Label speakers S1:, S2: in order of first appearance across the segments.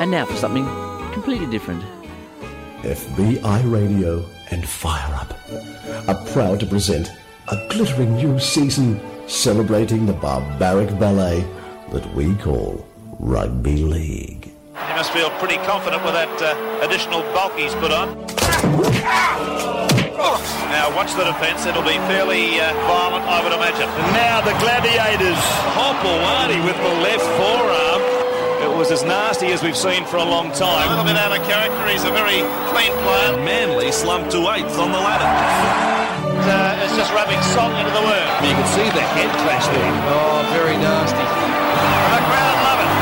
S1: And now for something completely different.
S2: FBI Radio and Fire Up are proud to present a glittering new season celebrating the barbaric ballet that we call Rugby League.
S3: He must feel pretty confident with that uh, additional bulk he's put on. Now watch the defence. It'll be fairly uh, violent, I would imagine.
S4: And now the Gladiators. Hopawadi with the left forearm. It was as nasty as we've seen for a long
S3: A
S4: time.
S3: little bit out of character. He's a very clean player.
S4: Manly slumped to eighth on the ladder.
S3: Uh, it's just rubbing salt into the wound.
S4: You can see the head clash there.
S5: Oh, very nasty.
S3: And the crowd love it.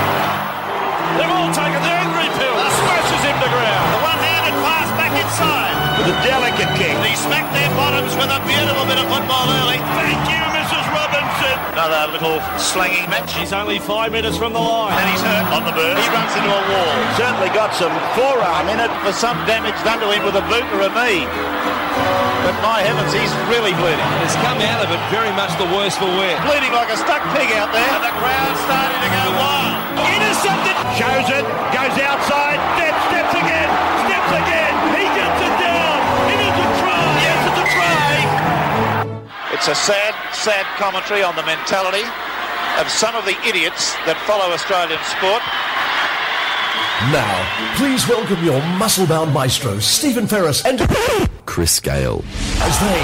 S4: They've all taken their angry pill. Smashes him to ground.
S3: The one-handed pass back inside.
S4: With a delicate kick.
S3: He smacked their bottoms with a beautiful bit of football early.
S4: Thank you, Mrs. Robinson.
S3: Another little slanging match.
S4: He's only five metres from the line.
S3: And he's hurt on the bird. He runs into a wall. Certainly got some forearm in it for some damage done to him with a boot or a knee. But my heavens, he's really bleeding.
S5: It's come out of it very much the worse for wear.
S3: Bleeding like a stuck pig out there. And the crowd's starting to go wild.
S4: Intercepted. Shows it. Goes outside. Steps, steps again. Steps again. He gets it down. It is a try. Yes, it's a try.
S3: It's a sad, sad commentary on the mentality of some of the idiots that follow Australian sport.
S2: Now, please welcome your muscle-bound maestro, Stephen Ferris and Chris Gale, as they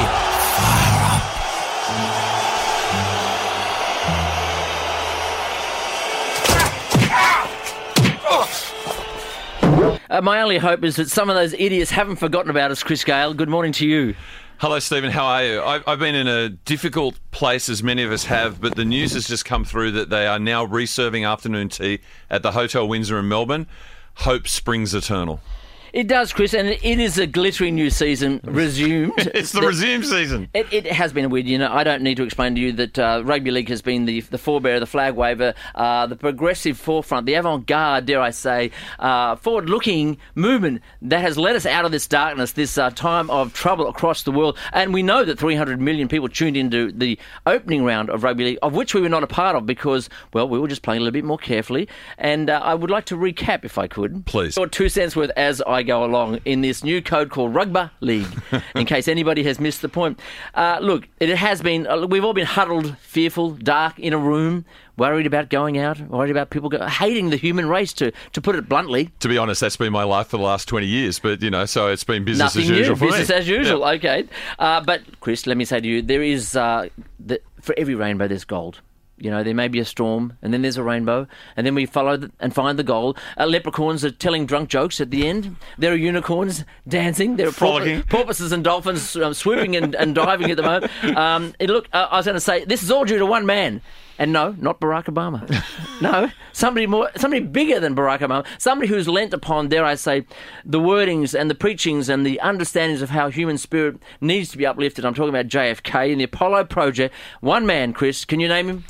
S1: Uh, my only hope is that some of those idiots haven't forgotten about us, Chris Gale. Good morning to you.
S6: Hello, Stephen. How are you? I've, I've been in a difficult place, as many of us have, but the news has just come through that they are now reserving afternoon tea at the Hotel Windsor in Melbourne. Hope springs eternal.
S1: It does, Chris, and it is a glittering new season resumed.
S6: It's the
S1: Th-
S6: resume season.
S1: It, it has been a weird, you know. I don't need to explain to you that uh, rugby league has been the, the forebearer, the flag waver, uh, the progressive forefront, the avant garde, dare I say, uh, forward looking movement that has led us out of this darkness, this uh, time of trouble across the world. And we know that 300 million people tuned into the opening round of rugby league, of which we were not a part of because, well, we were just playing a little bit more carefully. And uh, I would like to recap, if I could.
S6: Please.
S1: Your two cents worth as I go along in this new code called Rugby League, in case anybody has missed the point. Uh, look, it has been, uh, we've all been huddled, fearful, dark, in a room, worried about going out, worried about people go, hating the human race, to, to put it bluntly.
S6: To be honest, that's been my life for the last 20 years, but, you know, so it's been business
S1: Nothing
S6: as usual
S1: new,
S6: for
S1: business
S6: me.
S1: as usual, okay. Uh, but, Chris, let me say to you, there is, uh, the, for every rainbow, there's gold. You know, there may be a storm, and then there's a rainbow, and then we follow th- and find the gold. Uh, leprechauns are telling drunk jokes at the end. There are unicorns dancing. There are
S6: Frolicking.
S1: porpo- porpoises and dolphins um, swooping and, and diving at the moment. Um, and look, uh, I was going to say, this is all due to one man. And no, not Barack Obama. no, somebody more, somebody bigger than Barack Obama. Somebody who's lent upon, dare I say, the wordings and the preachings and the understandings of how human spirit needs to be uplifted. I'm talking about JFK and the Apollo Project. One man, Chris, can you name him?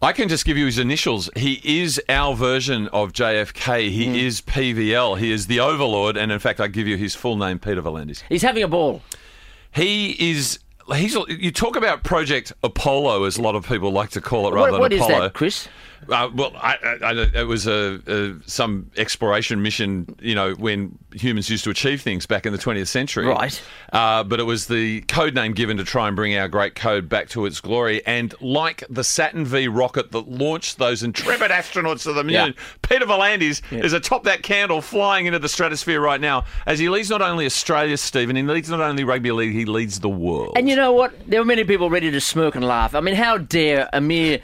S6: I can just give you his initials. He is our version of JFK.
S1: Hmm.
S6: He is PVL. He is the overlord. And in fact, I give you his full name, Peter Valandis.
S1: He's having a ball.
S6: He is. He's. You talk about Project Apollo, as a lot of people like to call it, rather
S1: What- what
S6: than
S1: is
S6: Apollo.
S1: that, Chris?
S6: Uh, well, I, I, I, don't- it was a, a some exploration mission, you know, when humans used to achieve things back in the 20th century.
S1: Right.
S6: Uh, but it was the code name given to try and bring our great code back to its glory. And like the Saturn V rocket that launched those intrepid astronauts to the moon,
S1: Yeah.
S6: Peter Volandis is atop that candle flying into the stratosphere right now as he leads not only Australia, Stephen, he leads not only rugby league, he leads the world.
S1: And you know what? There were many people ready to smirk and laugh. I mean, how dare a mere,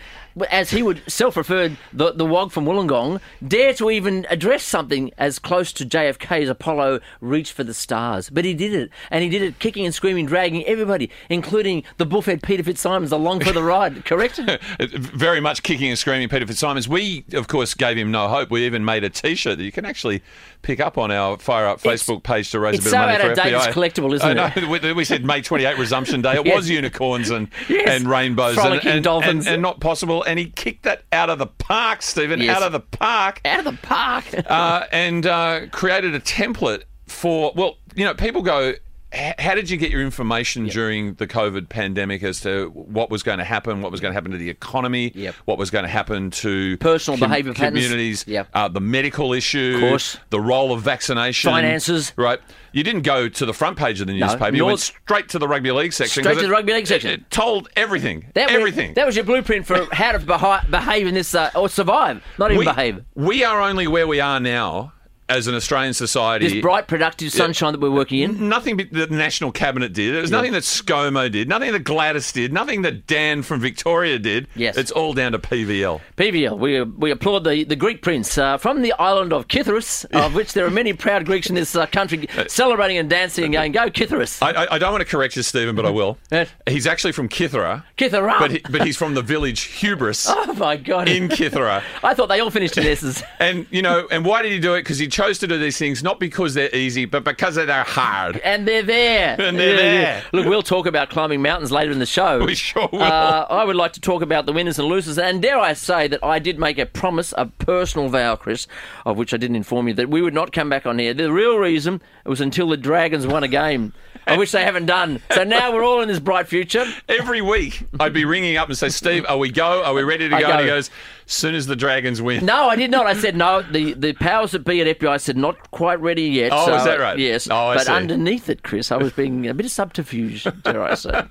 S1: as he would self referred, the, the wog from Wollongong, dare to even address something as close to JFK's Apollo reach for the stars? But he did it. And he did it kicking and screaming, dragging everybody, including the bullfed Peter Fitzsimons along for the ride, correct?
S6: very much kicking and screaming Peter Fitzsimons. We, of course, gave him no hope. We even made a T-shirt that you can actually pick up on our Fire Up
S1: It's-
S6: Facebook page to raise
S1: it's
S6: a bit
S1: so
S6: of money
S1: out
S6: for
S1: of date,
S6: FBI.
S1: it's collectible, isn't
S6: I
S1: it?
S6: know. We- We said May 28 resumption day. It
S1: Yes.
S6: was unicorns and
S1: Yes.
S6: and rainbows and-
S1: Frolicking
S6: and,
S1: dolphins.
S6: and, and not possible. And he kicked that out of the park, Stephen.
S1: Yes.
S6: Out of the park
S1: Out of the park.
S6: uh, and uh, created a template for well, you know, people go h- how did you get your information during the COVID pandemic as to what was going to happen, what was going to happen to the economy,
S1: Yep.
S6: what was going to happen to
S1: Personal behaviour patterns.
S6: communities,
S1: Yep.
S6: uh, the medical issue,
S1: course.
S6: the role of vaccination,
S1: Finances.
S6: Right. You didn't go to the front page of the
S1: No,
S6: newspaper. you
S1: nor-
S6: went straight to the rugby league section.
S1: Straight
S6: 'cause
S1: to the
S6: it-
S1: rugby league
S6: it-
S1: section.
S6: It, told everything.
S1: That was-
S6: everything.
S1: that was your blueprint for how to behi- behave in this uh, or survive, not even behave.
S6: we are only where we are now as an Australian society.
S1: This bright, productive sunshine that we're working in.
S6: Nothing that the National Cabinet did. It was nothing that ScoMo did. Nothing that Gladys did. Nothing that Dan from Victoria did.
S1: Yes.
S6: It's all down to PVL.
S1: PVL, we, we applaud the, the Greek prince uh, from the island of Kythyrus, of which there are many proud Greeks in this uh, country celebrating and dancing and going, Go Kythyrus!
S6: uh, I, I, I don't want to correct you, Stephen, but I will.
S1: Yes.
S6: He's actually from Kithera.
S1: Kythera!
S6: But, he, but he's from the village Hubris
S1: Oh my God.
S6: in Kithera.
S1: I thought they all finished in S's.
S6: And, you know, and why did he do it? Because he chose to do these things not because they're easy, but because they're hard.
S1: And they're there.
S6: And they're there.
S1: Look, we'll talk about climbing mountains later in the show.
S6: We sure will.
S1: Uh, I would like to talk about the winners and losers. And dare I say that I did make a promise, a personal vow, Chris, of which I didn't inform you, that we would not come back on here. The real reason was until the Dragons won a game, of which they haven't done. So now we're all in this bright future.
S6: Every week, I'd be ringing up and say, Steve, are we go? Are we ready to
S1: I
S6: go? And he
S1: go.
S6: goes, soon as the Dragons win.
S1: No, I did not. I said no. The the powers that be at FBI said not quite ready yet.
S6: Oh,
S1: so,
S6: is that right?
S1: Yes.
S6: Oh, I
S1: but
S6: see.
S1: underneath it, Chris, I was being a bit of subterfuge, dare I say.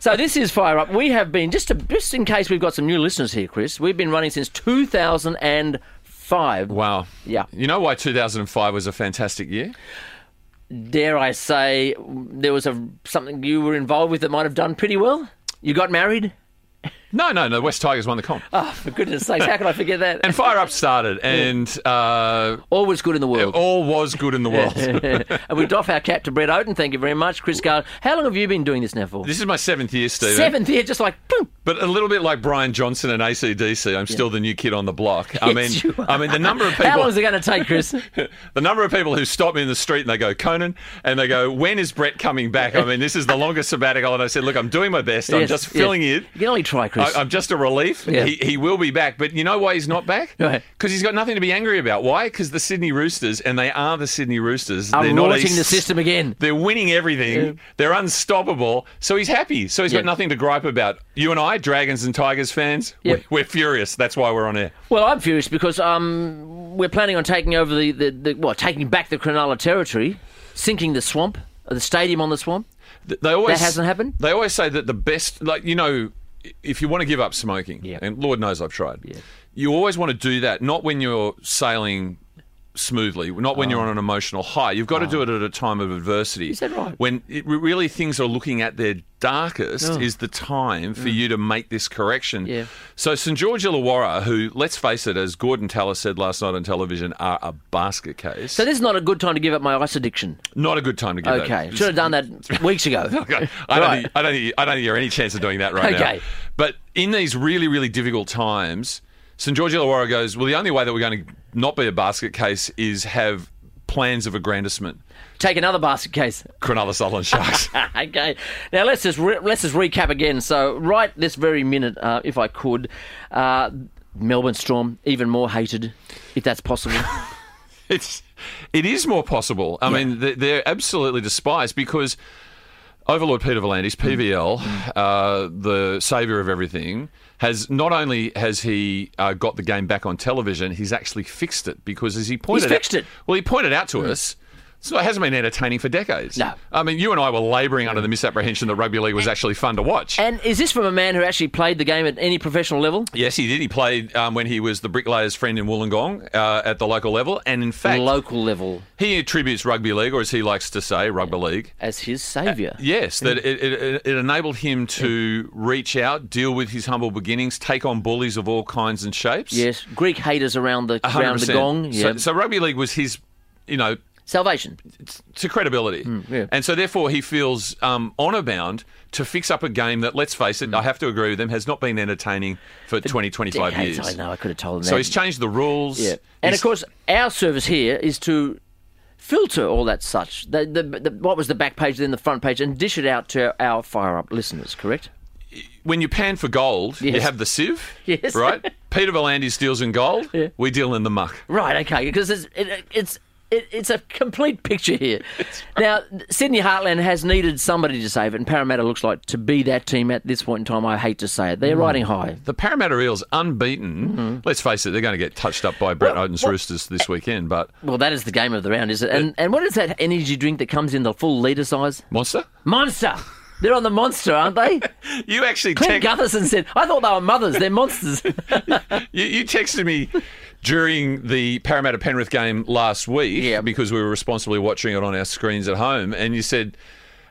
S1: so this is Fire Up. We have been just to, just in case we've got some new listeners here, Chris. We've been running since two thousand and five.
S6: Wow.
S1: Yeah.
S6: You know why 2005 was a fantastic year?
S1: Dare I say there was a something you were involved with that might have done pretty well. You got married.
S6: No, no, no. West Tigers won the comp.
S1: Oh, for goodness' sakes, how could I forget that?
S6: and Fire Up started, and uh,
S1: All was good in the world.
S6: all was good in the world.
S1: and we doff our cap to Brett Oden. Thank you very much, Chris Gard. How long have you been doing this now for?
S6: this is my seventh year, Stephen.
S1: seventh year, just like boom.
S6: But a little bit like Brian Johnson and ACDC, I'm still the new kid on the block. I
S1: Yes,
S6: mean,
S1: you
S6: I mean the number of people.
S1: How long is it going to take, Chris?
S6: the number of people who stop me in the street and they go, Conan, and they go, when is Brett coming back? I mean, this is the longest sabbatical. And I said, look, I'm doing my best. I'm
S1: Yes,
S6: just
S1: yes.
S6: filling in.
S1: You can only try, Chris.
S6: I, I'm just a relief.
S1: Yeah.
S6: He, he will be back. But you know why he's not back?
S1: Right.
S6: Because he's got nothing to be angry about. Why? Because the Sydney Roosters, and they are the Sydney Roosters.
S1: I'm
S6: they're not
S1: rorting
S6: a-
S1: the system again.
S6: They're winning everything. They're unstoppable. So he's happy. So he's
S1: Yeah.
S6: got nothing to gripe about. You and I, Dragons and Tigers fans,
S1: Yeah.
S6: we're, we're furious. That's why we're on air.
S1: Well, I'm furious because um, we're planning on taking over the, the, the well, taking back the Cronulla territory, sinking the swamp, uh, the stadium on the swamp.
S6: Th- They always
S1: That hasn't happened?
S6: They always say that the best, like you know, if you want to give up smoking,
S1: Yeah.
S6: and Lord knows I've tried. You always want to do that, not when you're sailing smoothly, not when you're on an emotional high. You've got to do it at a time of adversity.
S1: Oh. Is that right?
S6: When it, re- really things are looking at their darkest is the time for you to make this correction.
S1: Oh. Mm. Yeah.
S6: So St George Illawarra, who let's face it, as Gordon Tallis said last night on television, are a basket case.
S1: So this is not a good time to give up my ice addiction.
S6: not a good time to give that.
S1: Okay, should have done that weeks ago.
S6: Okay. I don't,
S1: Right.
S6: think, I, don't think, I don't think you're any chance of doing that right
S1: Okay.
S6: now. But in these really, really difficult times, St George Illawarra goes, well, the only way that we're going to not be a basket case is have plans of aggrandisement.
S1: Take another basket case.
S6: Cronulla Sutherland Sharks.
S1: okay. Now let's just re- let's just recap again. So right this very minute, uh, if I could, uh, Melbourne Storm even more hated, if that's possible.
S6: it's, it is more possible. I mean, they're, they're absolutely despised because Overlord Peter Volandis,
S1: Mm.
S6: PVL, uh, the saviour of everything, has not only has he uh, got the game back on television, he's actually fixed it because as he pointed out,
S1: fixed it. Mm.
S6: Well, he pointed out to us. So it hasn't been entertaining for decades.
S1: No.
S6: I mean, you and I were labouring under the misapprehension that rugby league was actually fun to watch.
S1: and is this from a man who actually played the game at any professional level?
S6: yes, he did. He played um, when he was the bricklayer's friend in Wollongong uh, at the local level. And in fact,
S1: Local level
S6: he attributes rugby league, or as he likes to say, rugby league,
S1: as his saviour.
S6: Uh, Yes, that it, it, it enabled him to reach out, deal with his humble beginnings, take on bullies of all kinds and shapes.
S1: Yes, Greek haters around the
S6: 100%.
S1: around the gong. Yeah,
S6: So, so rugby league was his, you know,
S1: salvation.
S6: to credibility,
S1: Mm, yeah.
S6: and so therefore he feels um, honour bound to fix up a game that, let's face it,
S1: Mm.
S6: I have to agree with them, has not been entertaining for 20, 25
S1: Decades,
S6: years.
S1: I know. I could have told him that.
S6: So he's changed the rules.
S1: Yeah. And
S6: He's-
S1: of course, our service here is to filter all that such. The, the, the, what was the back page, then the front page, and dish it out to our fire up listeners, correct?
S6: when you pan for gold, you
S1: Yes.
S6: have the sieve,
S1: Yes.
S6: right? Peter Volandis deals in gold. We deal in the muck.
S1: Right, okay, because it's, it, it's it, it's a complete picture here. Now, Sydney Heartland has needed somebody to save it, and Parramatta looks like to be that team at this point in time. I hate to say it. They're riding high.
S6: The Parramatta Eels, unbeaten.
S1: Mm-hmm.
S6: Let's face it, they're going to get touched up by Brett Oden's Roosters
S1: eh,
S6: this weekend. But
S1: Well, that is the game of the round, is it? And, and what is that energy drink that comes in the full litre size?
S6: Monster,
S1: Monster! They're on the monster, aren't they?
S6: you actually
S1: Clint
S6: text-
S1: Gutherson said, I thought they were mothers. They're monsters.
S6: You, you texted me during the Parramatta Penrith game last week
S1: Yeah.
S6: because we were responsibly watching it on our screens at home, and you said,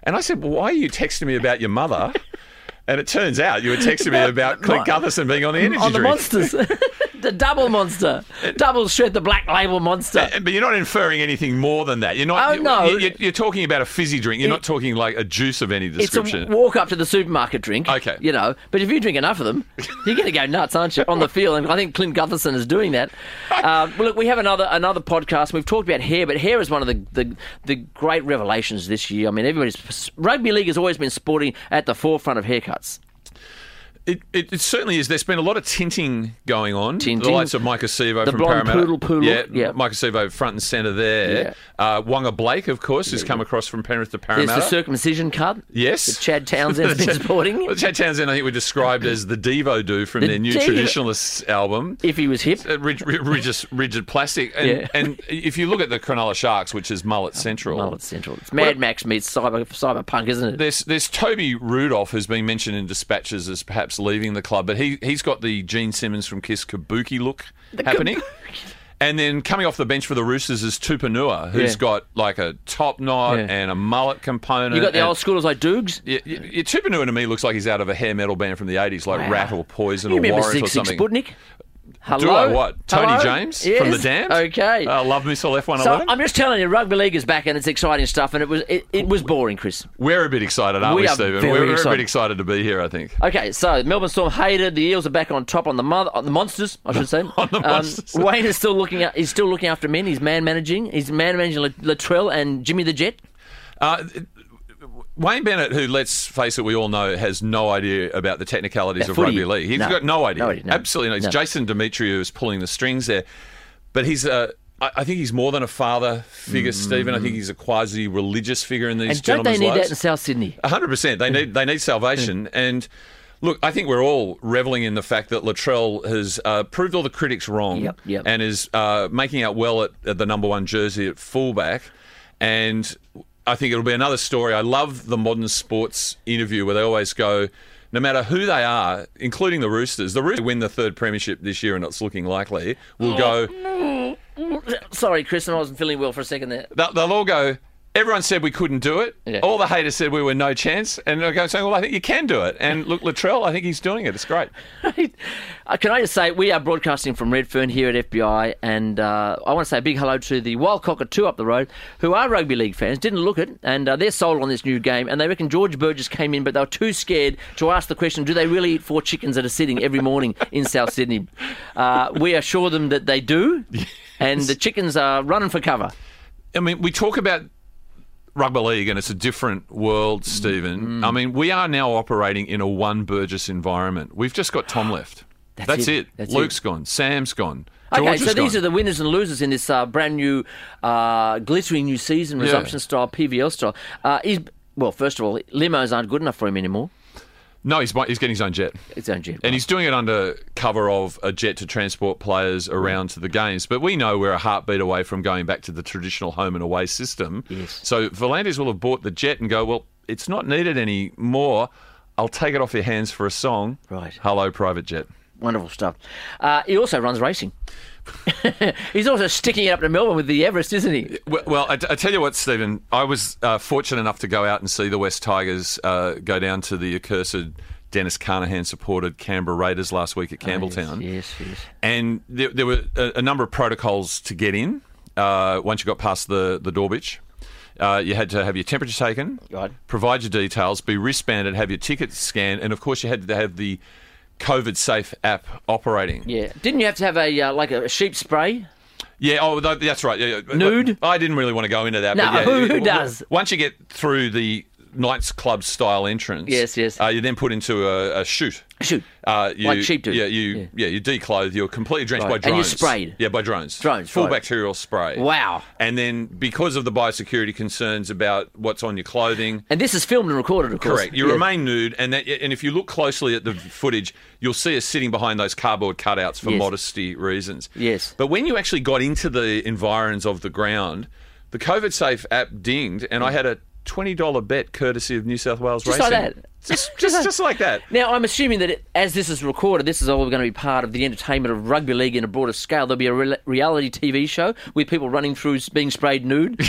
S6: and I said, why are you texting me about your mother? And it turns out you were texting me about Clint
S1: Right.
S6: Gutherson being on the energy
S1: on the
S6: drink.
S1: monsters. the double monster. Double shred, the black label monster.
S6: And- But you're not inferring anything more than that. You're not.
S1: Oh, no.
S6: you- You're, you're talking about a fizzy drink. You're
S1: It-
S6: not talking like a juice of any
S1: It's a
S6: description.
S1: walk up to the supermarket drink.
S6: Okay.
S1: You know, but if you drink enough of them, you're going to go nuts, aren't you? On the field. And I think Clint Gutherson is doing that. Um, well, look, we have another another podcast. We've talked about hair, but hair is one of the, the, the great revelations this year. I mean, everybody's. Rugby league has always been sporting at the forefront of haircuts.
S6: It, it, it certainly is. There's been a lot of tinting going on. The
S1: Tinting.
S6: lights of Micah Sevo
S1: The
S6: from
S1: blonde
S6: Parramatta.
S1: poodle poodle.
S6: Yeah,
S1: Yeah.
S6: Micah Sevo front and centre there. Uh, Wonga Blake, of course, has come across from Penrith to
S1: There's
S6: Parramatta.
S1: the circumcision cut.
S6: yes.
S1: That Chad Townsend's been supporting.
S6: Well, Chad Townsend, I think, were described as the Devo do from
S1: The
S6: their new
S1: Devo.
S6: Traditionalists album.
S1: If he was hip.
S6: Uh, Rig, rig, rigid, rigid plastic. And,
S1: Yeah.
S6: and if you look at the Cronulla Sharks, which is Mullet Central.
S1: Oh, it's central. It's Mad Max meets cyber cyberpunk, isn't it?
S6: There's, there's Toby Rudolph, who's been mentioned in dispatches as perhaps leaving the club, but he, he's got the Gene Simmons from Kiss Kabuki look happening. And then coming off the bench for the Roosters is Tupanua, who's
S1: Yeah.
S6: got like a top knot
S1: Yeah.
S6: and a mullet component.
S1: you got the
S6: and-
S1: old schoolers like Doogs.
S6: Yeah, yeah, yeah, Tupanua to me looks like he's out of a hair metal band from the 80s, like
S1: Wow.
S6: Rat or Poison
S1: You
S6: or
S1: remember
S6: Warrant
S1: Six
S6: or
S1: Six
S6: something.
S1: Sputnik? Hello?
S6: Do I what? Tony
S1: Hello?
S6: James from The
S1: Yes.
S6: Damned?
S1: Okay.
S6: Uh, love Missile F111?
S1: so I'm just telling you, rugby league is back and it's exciting stuff, and it was it, it was boring, Chris.
S6: We're a bit excited, aren't
S1: We
S6: we,
S1: are
S6: Stephen?
S1: very
S6: We're, we're a
S1: excited.
S6: bit excited to be here, I think.
S1: Okay, so Melbourne Storm hated the Eels are back on top on the mother on the monsters, I should say. on
S6: the Monsters.
S1: Wayne is still looking at, he's still looking after men. He's man managing. He's man managing Lat- Latrell and Jimmy the Jet.
S6: Uh, Wayne Bennett, who let's face it, we all know has no idea about the technicalities
S1: About
S6: of
S1: footy.
S6: rugby league. He's
S1: No.
S6: got no idea.
S1: No idea, no.
S6: Absolutely no. It's
S1: No.
S6: Jason Demetriou who's pulling the strings there, but he's a. I I think he's more than a father figure, Stephen. I think he's a quasi-religious figure in these
S1: Mm. And don't they
S6: gentlemen's
S1: need that in
S6: lives.
S1: South Sydney?
S6: hundred percent. They need they need salvation. And look, I think we're all reveling in the fact that Latrell has uh, proved all the critics wrong,
S1: Yep, yep.
S6: and is uh, making out well at, at the number one jersey at fullback. And I think it'll be another story. I love the modern sports interview where they always go. No matter who they are, including the Roosters, the Roosters win the third premiership this year, and it's looking likely.
S1: Oh,
S6: We'll go.
S1: Sorry, Chris, and I wasn't feeling well for a second there.
S6: They'll, they'll all go. Everyone said we couldn't do it.
S1: Yeah.
S6: All the haters said we were no chance, and they're going saying, "Well, I think you can do it." And look, Latrell, I think he's doing it. It's great.
S1: Uh, Can I just say, we are broadcasting from Redfern here at FBI, and uh, I want to say a big hello to the Wild Cockatoo up the road, who are rugby league fans, didn't look it, and uh, they're sold on this new game, and they reckon George Burgess came in, but they were too scared to ask the question, do they really eat four chickens that are sitting every morning in South Sydney? Uh, we assure them that they do, and the chickens are running for cover.
S6: I mean, we talk about rugby league, and it's a different world,
S1: Mm.
S6: Stephen. I mean, we are now operating in a one Burgess environment. We've just got Tom left. That's,
S1: it.
S6: it.
S1: That's
S6: Luke's gone. Sam's gone.
S1: Okay,
S6: George
S1: so
S6: is
S1: these
S6: gone.
S1: are the winners and losers in this uh, brand new, uh, glittering new season, resumption style, PVL style. Uh, is, well, first of all, limos aren't good enough for him anymore.
S6: no. He's bu- he's getting his own jet.
S1: It's own jet.
S6: And he's doing it under cover of a jet to transport players around to the games. But we know we're a heartbeat away from going back to the traditional home and away system. Yes. So Volantis will have bought the jet and go, well, it's not needed anymore. I'll take it off your hands for a song.
S1: Right.
S6: Hello, private jet.
S1: Wonderful stuff. Uh, he also runs racing. he's also sticking it up to Melbourne with the Everest, isn't he?
S6: Well, well I, I tell you what, Stephen, I was uh, fortunate enough to go out and see the West Tigers uh, go down to the accursed Dennis Carnahan supported Canberra Raiders last week at Campbelltown.
S1: Ah, Yes, yes.
S6: and there, there were a, a number of protocols to get in. Uh, once you got past the the door bitch, uh, you had to have your temperature taken,
S1: Right.
S6: provide your details, be wristbanded, have your tickets scanned, and of course you had to have the COVID safe app operating.
S1: Yeah. Didn't you have to have a uh, like a sheep spray?
S6: Yeah, oh, tha- that's right. Yeah, yeah.
S1: Nude?
S6: I didn't really want to go into that.
S1: No,
S6: but yeah,
S1: who- who
S6: w- w-
S1: does?
S6: Once you get through the nightclub style entrance.
S1: Yes, yes.
S6: Uh, you're then put into a, a chute.
S1: Shoot.
S6: Uh, you,
S1: Like sheep do.
S6: Yeah, you yeah, you declothe. You're completely drenched
S1: Right.
S6: by
S1: And you're
S6: drones.
S1: sprayed.
S6: Yeah, by drones.
S1: Drones,
S6: Full
S1: right.
S6: bacterial spray.
S1: Wow.
S6: And then because of the biosecurity concerns about what's on your clothing.
S1: And this is filmed and recorded, of course.
S6: Correct. You
S1: Yeah.
S6: remain nude, and that, and if you look closely at the footage, you'll see us sitting behind those cardboard cutouts for
S1: Yes.
S6: modesty reasons.
S1: Yes.
S6: But when you actually got into the environs of the ground, the COVID Safe app dinged, and I had a twenty dollar bet courtesy of New South Wales
S1: Just like
S6: Racing.
S1: that.
S6: Just, just, just like that.
S1: Now, I'm assuming that it, as this is recorded, this is all going to be part of the entertainment of rugby league in a broader scale. There'll be a re- reality TV show with people running through s- being sprayed nude.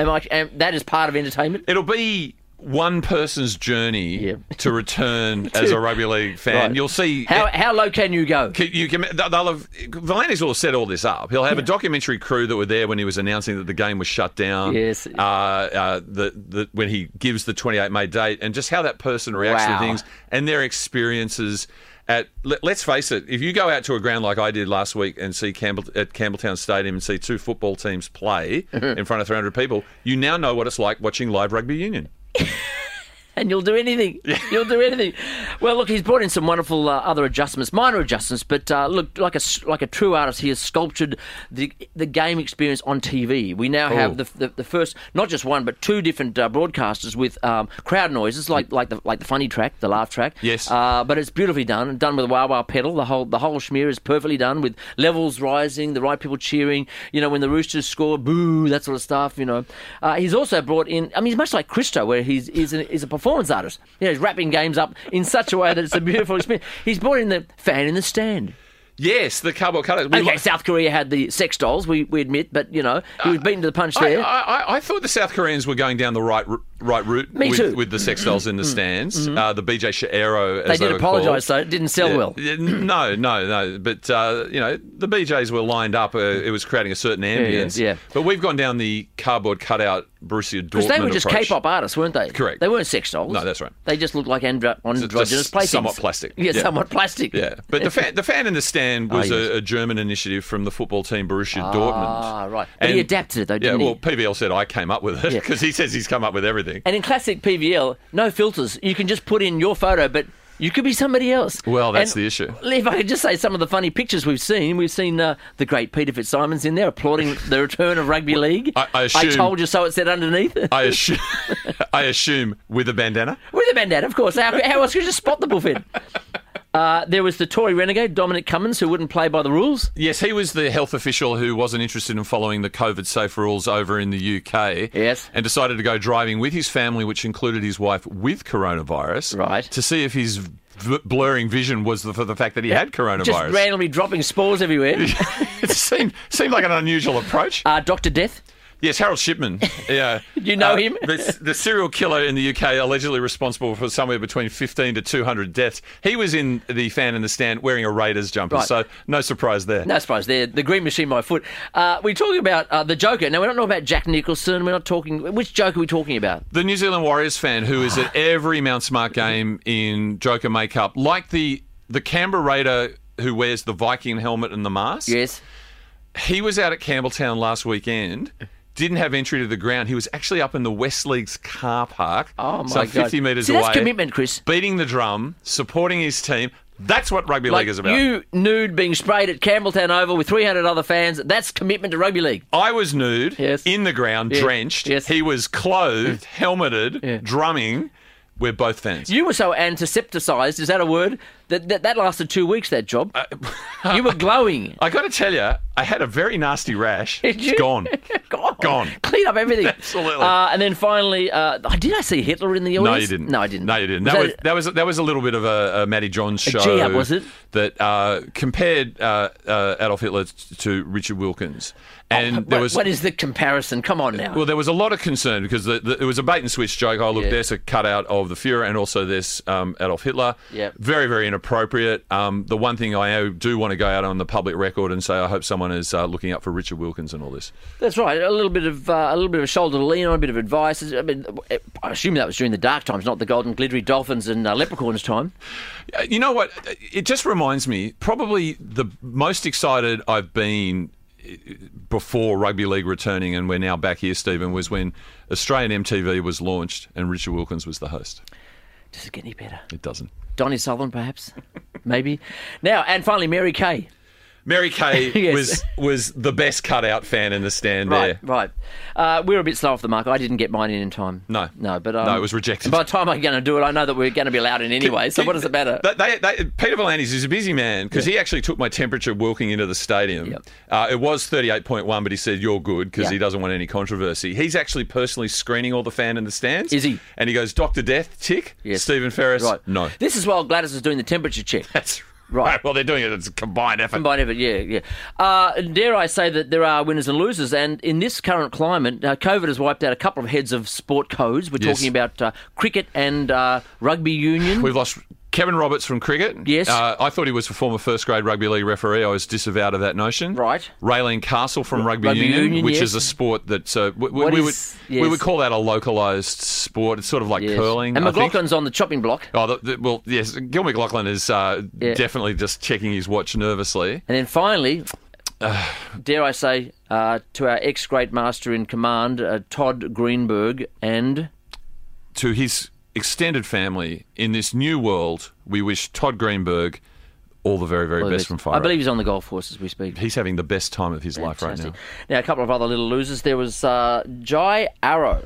S1: am I, am, that is part of entertainment.
S6: It'll be one person's journey
S1: Yeah.
S6: to return as a rugby league fan.
S1: Right.
S6: You'll see
S1: How, how low can you go?
S6: Can- You can. They'll have. Valenti's will have set all this up. He'll have a documentary crew that were there when he was announcing that the game was shut down.
S1: Yes.
S6: Uh, uh, the, the when he gives the 28 May date and just how that person reacts
S1: Wow.
S6: to things and their experiences. At let, let's face it, if you go out to a ground like I did last week and see Campbell at Campbelltown Stadium and see two football teams play in front of 300 people, you now know what it's like watching live rugby union.
S1: and you'll do anything. You'll do anything. Well, look, he's brought in some wonderful uh, other adjustments, minor adjustments, but uh, look, like a s- like a true artist, he has sculptured the the game experience on TV. We now have the, the the first, not just one, but two different uh, broadcasters with um, crowd noises, like like the like the funny track, the laugh track.
S6: Yes.
S1: Uh, but it's beautifully done, and done with a wah wah pedal. The whole the whole schmear is perfectly done with levels rising, the right people cheering. You know, when the Roosters score, boo, that sort of stuff. You know, uh, he's also brought in. I mean, he's much like Christo, where he's he's a, he's a performance artist. You know, he's wrapping games up in such a way that it's a beautiful experience. He's brought in the fan in the stand.
S6: Yes, the cardboard cutout. We
S1: Okay,
S6: lo-
S1: South Korea had the sex dolls. We we admit, but you know, he was beaten to the punch
S6: I,
S1: there.
S6: I, I- I thought the South Koreans were going down the right ru- right route
S1: Me
S6: with,
S1: too. Mm. Mm-hmm.
S6: with the sex dolls in the stands. Uh, the BJ Shaero, as
S1: they
S6: they
S1: did
S6: were
S1: apologise,
S6: called.
S1: though. It didn't sell well.
S6: Yeah, no, no, no. But uh, you know, the BJs were lined up. Uh, it was creating a certain ambience.
S1: yeah.
S6: But we've gone down the cardboard cutout Borussia Dortmund
S1: Because they were just
S6: approach.
S1: K-pop artists, weren't they?
S6: Correct.
S1: They weren't sex dolls.
S6: No, that's right.
S1: They just looked like andro- androgynous
S6: just
S1: playthings.
S6: somewhat plastic.
S1: Yeah,
S6: Yeah.
S1: somewhat plastic.
S6: Yeah, but the fan, the fan in the stand was
S1: Ah, yes.
S6: a, a German initiative from the football team Borussia Dortmund.
S1: Ah, right. But he adapted it, though,
S6: Yeah,
S1: didn't
S6: well,
S1: he?
S6: PBL said I came up with it
S1: Yeah.
S6: because he says he's come up with everything.
S1: And in classic PVL, no filters. You can just put in your photo, but you could be somebody else.
S6: Well, that's
S1: And
S6: the issue.
S1: If I could just say some of the funny pictures we've seen, we've seen uh, the great Peter Fitzsimons in there applauding the return of rugby league.
S6: I- I assume-
S1: told you so. It said underneath with
S6: I assume, I assume with a bandana.
S1: a bandana, of course. How, how else could you just spot the bullfin? Uh, there was the Tory renegade Dominic Cummins, who wouldn't play by the rules.
S6: Yes, he was the health official who wasn't interested in following the COVID safe rules over in the UK.
S1: Yes.
S6: And decided to go driving with his family, which included his wife with coronavirus.
S1: Right.
S6: To see if his v- blurring vision was the, for the fact that he had coronavirus.
S1: Just randomly dropping spores everywhere.
S6: it seemed, seemed like an unusual approach.
S1: Uh, Doctor Death.
S6: Yes, Harold Shipman. Yeah, Uh,
S1: You know him?
S6: The, the serial killer in the UK, allegedly responsible for somewhere between fifteen to two hundred deaths. He was in the fan in the stand wearing a Raiders jumper,
S1: Right.
S6: so no surprise there.
S1: No surprise there. The Green Machine by Foot. Uh, we're talking about uh, the Joker. Now, we're not talking about Jack Nicholson. We're not talking. Which Joker are we talking about?
S6: The New Zealand Warriors fan who is at every Mount Smart game in Joker makeup, like the the Canberra Raider who wears the Viking helmet and the mask.
S1: Yes.
S6: He was out at Campbelltown last weekend. Didn't have entry to the ground. He was actually up in the West League's car park.
S1: Oh, my
S6: some
S1: God.
S6: 50 metres
S1: See,
S6: away.
S1: that's commitment, Chris.
S6: Beating the drum, supporting his team. That's what rugby
S1: Like
S6: league is about.
S1: you nude being sprayed at Campbelltown Oval with 300 other fans. That's commitment to rugby league.
S6: I was nude,
S1: Yes.
S6: in the ground,
S1: Yeah.
S6: drenched.
S1: Yes.
S6: He was clothed, helmeted, drumming. We're both fans.
S1: You were so antisepticized, is that a word? That, that, that lasted two weeks, that job.
S6: Uh,
S1: you were glowing.
S6: I got to tell you, I had a very nasty rash.
S1: Did you?
S6: It's gone.
S1: Gone.
S6: Gone.
S1: Clean up everything.
S6: Absolutely.
S1: Uh, and then finally, uh, did I see Hitler in the
S6: No,
S1: audience?
S6: you didn't.
S1: No, I didn't.
S6: No, you didn't.
S1: Was
S6: That was
S1: that-
S6: that was that was a little bit of a, a Matty Johns show.
S1: G-up, was it?
S6: That uh, compared uh, uh, Adolf Hitler t- to Richard Wilkins, and there
S1: What-
S6: was
S1: Oh, what is the comparison? Come on now.
S6: Well, there was a lot of concern because the, the, it was a bait and switch joke. Oh, look,
S1: Yeah.
S6: there's a cutout of the Fuhrer and also there's um, Adolf Hitler.
S1: Yep.
S6: Very, very inappropriate. Um, the one thing I do want to go out on the public record and say, I hope someone is uh, looking up for Richard Wilkins and all this.
S1: That's right. A little bit of uh, a little bit of a shoulder to lean on, a bit of advice. I mean, I assume that was during the dark times, not the golden glittery dolphins and uh, leprechauns time.
S6: Uh, You know what? It just reminds me, probably the most excited I've been uh, before rugby league returning, and we're now back here, Stephen, was when Australian MTV was launched and Richard Wilkins was the host.
S1: Does it get any better?
S6: It doesn't.
S1: Donny Sullivan, perhaps? Maybe. Now, and finally, Mary Kay.
S6: Mary Kay
S1: Yes.
S6: was was the best cutout fan in the stand
S1: Right,
S6: there.
S1: right. Uh, we were a bit slow off the mark. I didn't get mine in in time.
S6: No.
S1: no, but um,
S6: No, it was rejected.
S1: By the time I'm going to do it, I know that we're going to be allowed in anyway. so what does it matter?
S6: They, they, they, Peter Volandis is a busy man because he actually took my temperature walking into the stadium.
S1: Yep.
S6: Uh, it was 38.1, but he said, You're good because
S1: Yeah.
S6: he doesn't want any controversy. He's actually personally screening all the fan in the stands.
S1: Is he?
S6: And he goes, Dr. Death, tick.
S1: Yes.
S6: Stephen Ferris,
S1: right.
S6: no.
S1: This is while Gladys was doing the temperature check.
S6: That's
S1: Right.
S6: right. Well, they're doing it as a combined effort.
S1: Combined effort, yeah, yeah. Uh, dare I say that there are winners and losers, and in this current climate, uh, COVID has wiped out a couple of heads of sport codes. We're
S6: Yes.
S1: talking about uh, cricket and uh, rugby union.
S6: We've lost Kevin Roberts from cricket.
S1: Yes.
S6: Uh, I thought he was a former first grade rugby league referee. I was disavowed of that notion.
S1: Right.
S6: Raylene Castle from rugby,
S1: Rugby
S6: union,
S1: union,
S6: which
S1: yes.
S6: is a sport that uh, we, we,
S1: What
S6: we
S1: is-
S6: would we
S1: yes.
S6: would call that a localized sport. It's sort of like
S1: Yes.
S6: curling.
S1: And
S6: I think.
S1: McLaughlin's on the chopping block.
S6: Oh, the, the, well, yes. Gil McLaughlin is uh,
S1: Yeah.
S6: definitely just checking his watch nervously.
S1: And then finally, dare I say, uh, to our ex great master in command, uh, Todd Greenberg, and
S6: To his extended family in this new world, we wish Todd Greenberg all the very, very best from Fire.
S1: I believe he's on the golf course as we speak.
S6: he's having the best time of his life right now.
S1: Fantastic. Now, a couple of other little losers. There was uh, Jai Arrow.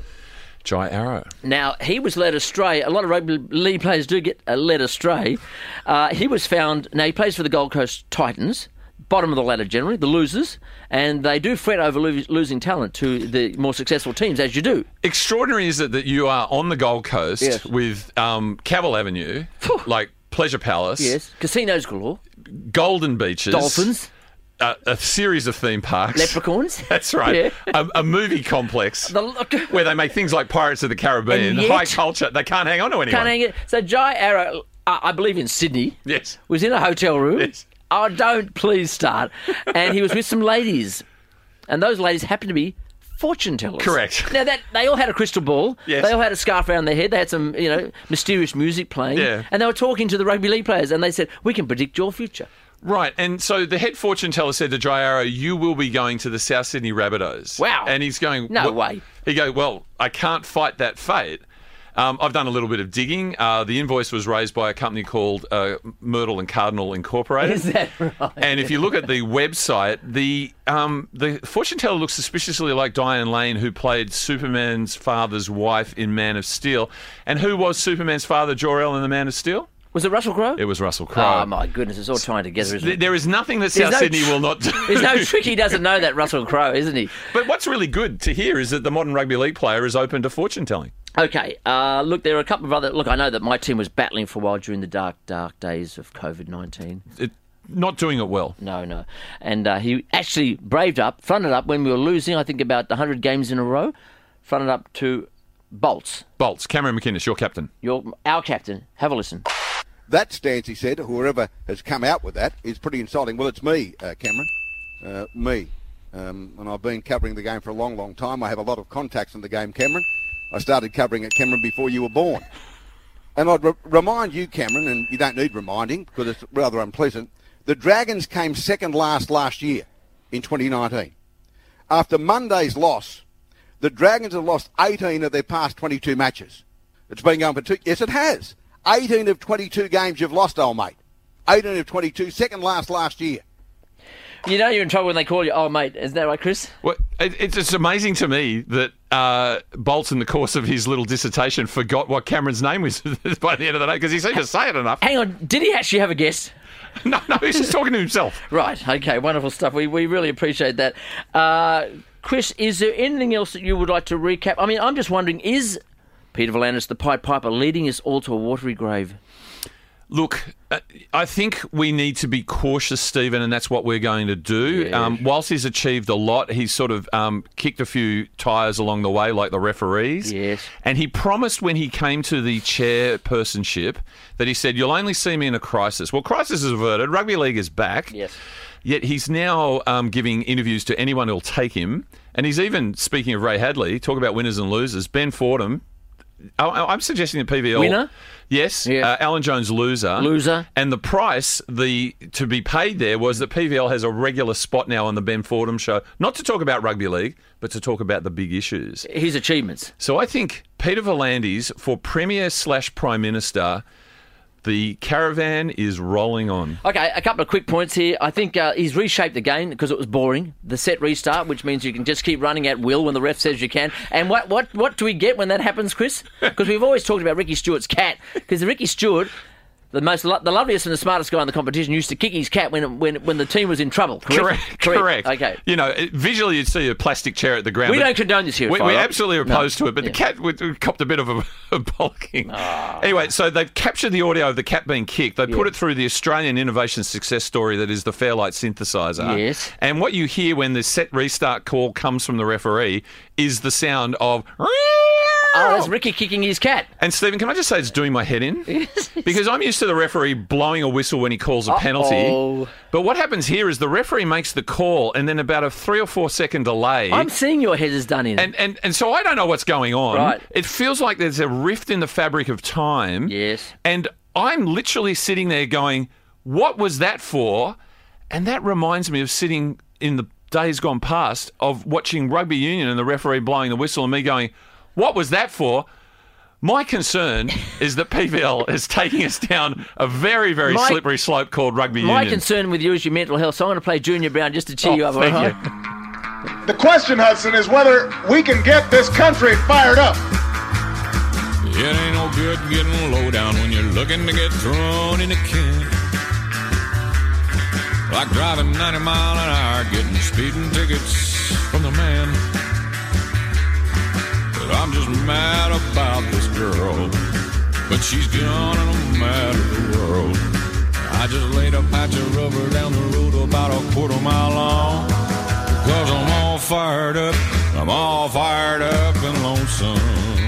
S6: Jai Arrow.
S1: Now, he was led astray. A lot of rugby league players do get uh, led astray. Uh, he was found, now, he plays for the Gold Coast Titans. Bottom of the ladder, generally, the losers, and they do fret over lo- losing talent to the more successful teams, as you do.
S6: extraordinary is it that you are on the Gold Coast
S1: Yes.
S6: with um, Cabell Avenue, like Pleasure Palace,
S1: Yes, casinos galore,
S6: Golden Beaches,
S1: dolphins,
S6: a, a series of theme parks,
S1: leprechauns.
S6: That's right.
S1: Yeah.
S6: A, a movie complex
S1: The look-
S6: where they make things like Pirates of the Caribbean,
S1: And yet-
S6: high culture. They can't hang on to anyone.
S1: Can't hang it. So Jai Arrow, I I believe in Sydney.
S6: Yes.
S1: Was in a hotel room.
S6: Yes.
S1: Oh, don't please start. And he was with some ladies, and those ladies happened to be fortune tellers.
S6: Correct.
S1: Now that they all had a crystal ball.
S6: Yes.
S1: They all had a scarf around their head. They had some, you know, mysterious music playing.
S6: Yeah.
S1: And they were talking to the rugby league players, and they said, "We can predict your future."
S6: Right, and so the head fortune teller said to Dry Arrow, "You will be going to the South Sydney Rabbitohs."
S1: Wow.
S6: And he's going,
S1: No
S6: "Wha-
S1: way."
S6: He go, "Well, I can't fight that fate." Um, I've done a little bit of digging. Uh, the invoice was raised by a company called uh, Myrtle and Cardinal Incorporated.
S1: Is that right?
S6: And if you look at the website, the um, the fortune teller looks suspiciously like Diane Lane, who played Superman's father's wife in Man of Steel. And who was Superman's father, Jor El, in the Man of Steel?
S1: Was it Russell Crowe?
S6: It was Russell Crowe.
S1: Oh my goodness! It's all tied together, isn't
S6: Th-
S1: it?
S6: There is nothing that South
S1: no
S6: Sydney
S1: tr-
S6: will not do.
S1: There's no trick he doesn't know that Russell Crowe, isn't he?
S6: But what's really good to hear is that the modern rugby league player is open to fortune telling.
S1: Okay. Uh, look, there are a couple of other. Look, I know that my team was battling for a while during the dark, dark days of COVID 19.
S6: It, not doing it well.
S1: No, no. And uh, he actually braved up, fronted up when we were losing, I think, about 100 games in a row, fronted up to Bolts,
S6: Bolts, Cameron McInnes, your captain.
S1: your, our captain. Have a listen.
S7: That stance, he said, whoever has come out with that is pretty insulting. Well, it's me, uh, Cameron. Uh, me. Um, and I've been covering the game for a long, long time. I have a lot of contacts in the game, Cameron. I started covering it, Cameron, before you were born. And I'd re- remind you, Cameron, and you don't need reminding because it's rather unpleasant, the Dragons came second last last year in 2019. After Monday's loss, the Dragons have lost 18 of their past 22 matches. It's been going for two. Yes, it has. 18 of 22 games you've lost, old mate. 18 of 22, second last last year.
S1: You know you're in trouble when they call you, oh, mate. Isn't that right, Chris?
S6: Well, it, it's just amazing to me that uh, Bolts, in the course of his little dissertation, forgot what Cameron's name was by the end of the day because he seemed to say it enough.
S1: Hang on. Did he actually have a guess?
S6: No, no, he's just talking to himself.
S1: Right. Okay. Wonderful stuff. We, we really appreciate that. Uh, Chris, is there anything else that you would like to recap? I mean, I'm just wondering is Peter Volandis, the Pied Piper, leading us all to a watery grave?
S6: Look, uh, I think we need to be cautious, Stephen, and that's what we're going to do. Um, whilst he's achieved a lot, he's sort of um, kicked a few tyres along the way, like the referees.
S1: Yes.
S6: And he promised when he came to the chairpersonship that he said, You'll only see me in a crisis. Well, crisis is averted. Rugby league is back.
S1: Yes.
S6: Yet he's now um, giving interviews to anyone who'll take him. And he's even, speaking of Ray Hadley, talk about winners and losers, Ben Fordham. I- I'm suggesting the PVL
S1: Winner?
S6: Yes,
S1: Yeah.
S6: uh, Alan Jones loser,
S1: Loser.
S6: and the price the to be paid there was that PVL has a regular spot now on the Ben Fordham show, not to talk about rugby league, but to talk about the big issues.
S1: His achievements.
S6: So I think Peter Volandis for premier slash prime minister, the caravan is rolling on.
S1: Okay, a couple of quick points here. I think uh, he's reshaped the game because it was boring. The set restart, which means you can just keep running at will when the ref says you can. And what what what do we get when that happens, Chris? Because we've always talked about Ricky Stewart's cat. Because Ricky Stewart. The most, lo- the loveliest and the smartest guy in the competition used to kick his cat when when when the team was in trouble. Correct,
S6: Correct, correct.
S1: Okay,
S6: You know, it- visually you'd see a plastic chair at the ground.
S1: We
S6: but
S1: don't condone this here at
S6: We,
S1: Fire
S6: we
S1: Up.
S6: absolutely are
S1: No.
S6: opposed to it, but
S1: Yeah. Ah.
S6: the cat would, would copped a bit of a, a bulking. Anyway, so they've captured the audio of the cat being kicked. They put it through the Australian innovation success story that is the Fairlight synthesizer.
S1: Yes.
S6: And what you hear when the set restart call comes from the referee is the sound of.
S1: oh, that's Ricky kicking his cat.
S6: And Stephen, can I just say it's doing my head in? because I'm used to the referee blowing a whistle when he calls a
S1: Uh-oh.
S6: penalty. But what happens here is the referee makes the call and then about a three or four second delay.
S1: I'm seeing your head is done in.
S6: and, and, and so I don't know what's going on.
S1: Right.
S6: It feels like there's a rift in the fabric of time.
S1: Yes.
S6: And I'm literally sitting there going, what was that for? And that reminds me of sitting in the days gone past of watching rugby union and the referee blowing the whistle and me going, what was that for? My concern is that PVL is taking us down a very, very
S1: My-
S6: slippery slope called rugby
S1: My
S6: union.
S1: concern with you is your mental health, so I'm going to play Junior Brown just to cheer
S6: Oh,
S1: you up.
S6: thank
S1: all right?
S6: you.
S8: The question, Hudson, is whether we can get this country fired up.
S9: It ain't no good getting low down when you're looking to get thrown in a can. Like driving 90 mile an hour, getting speeding tickets from the man. But I'm just mad about this girl, but she's gone and I'm mad at the world. I just laid a patch of rubber down the road about a quarter mile long. Cause I'm all fired up, I'm all fired up and lonesome.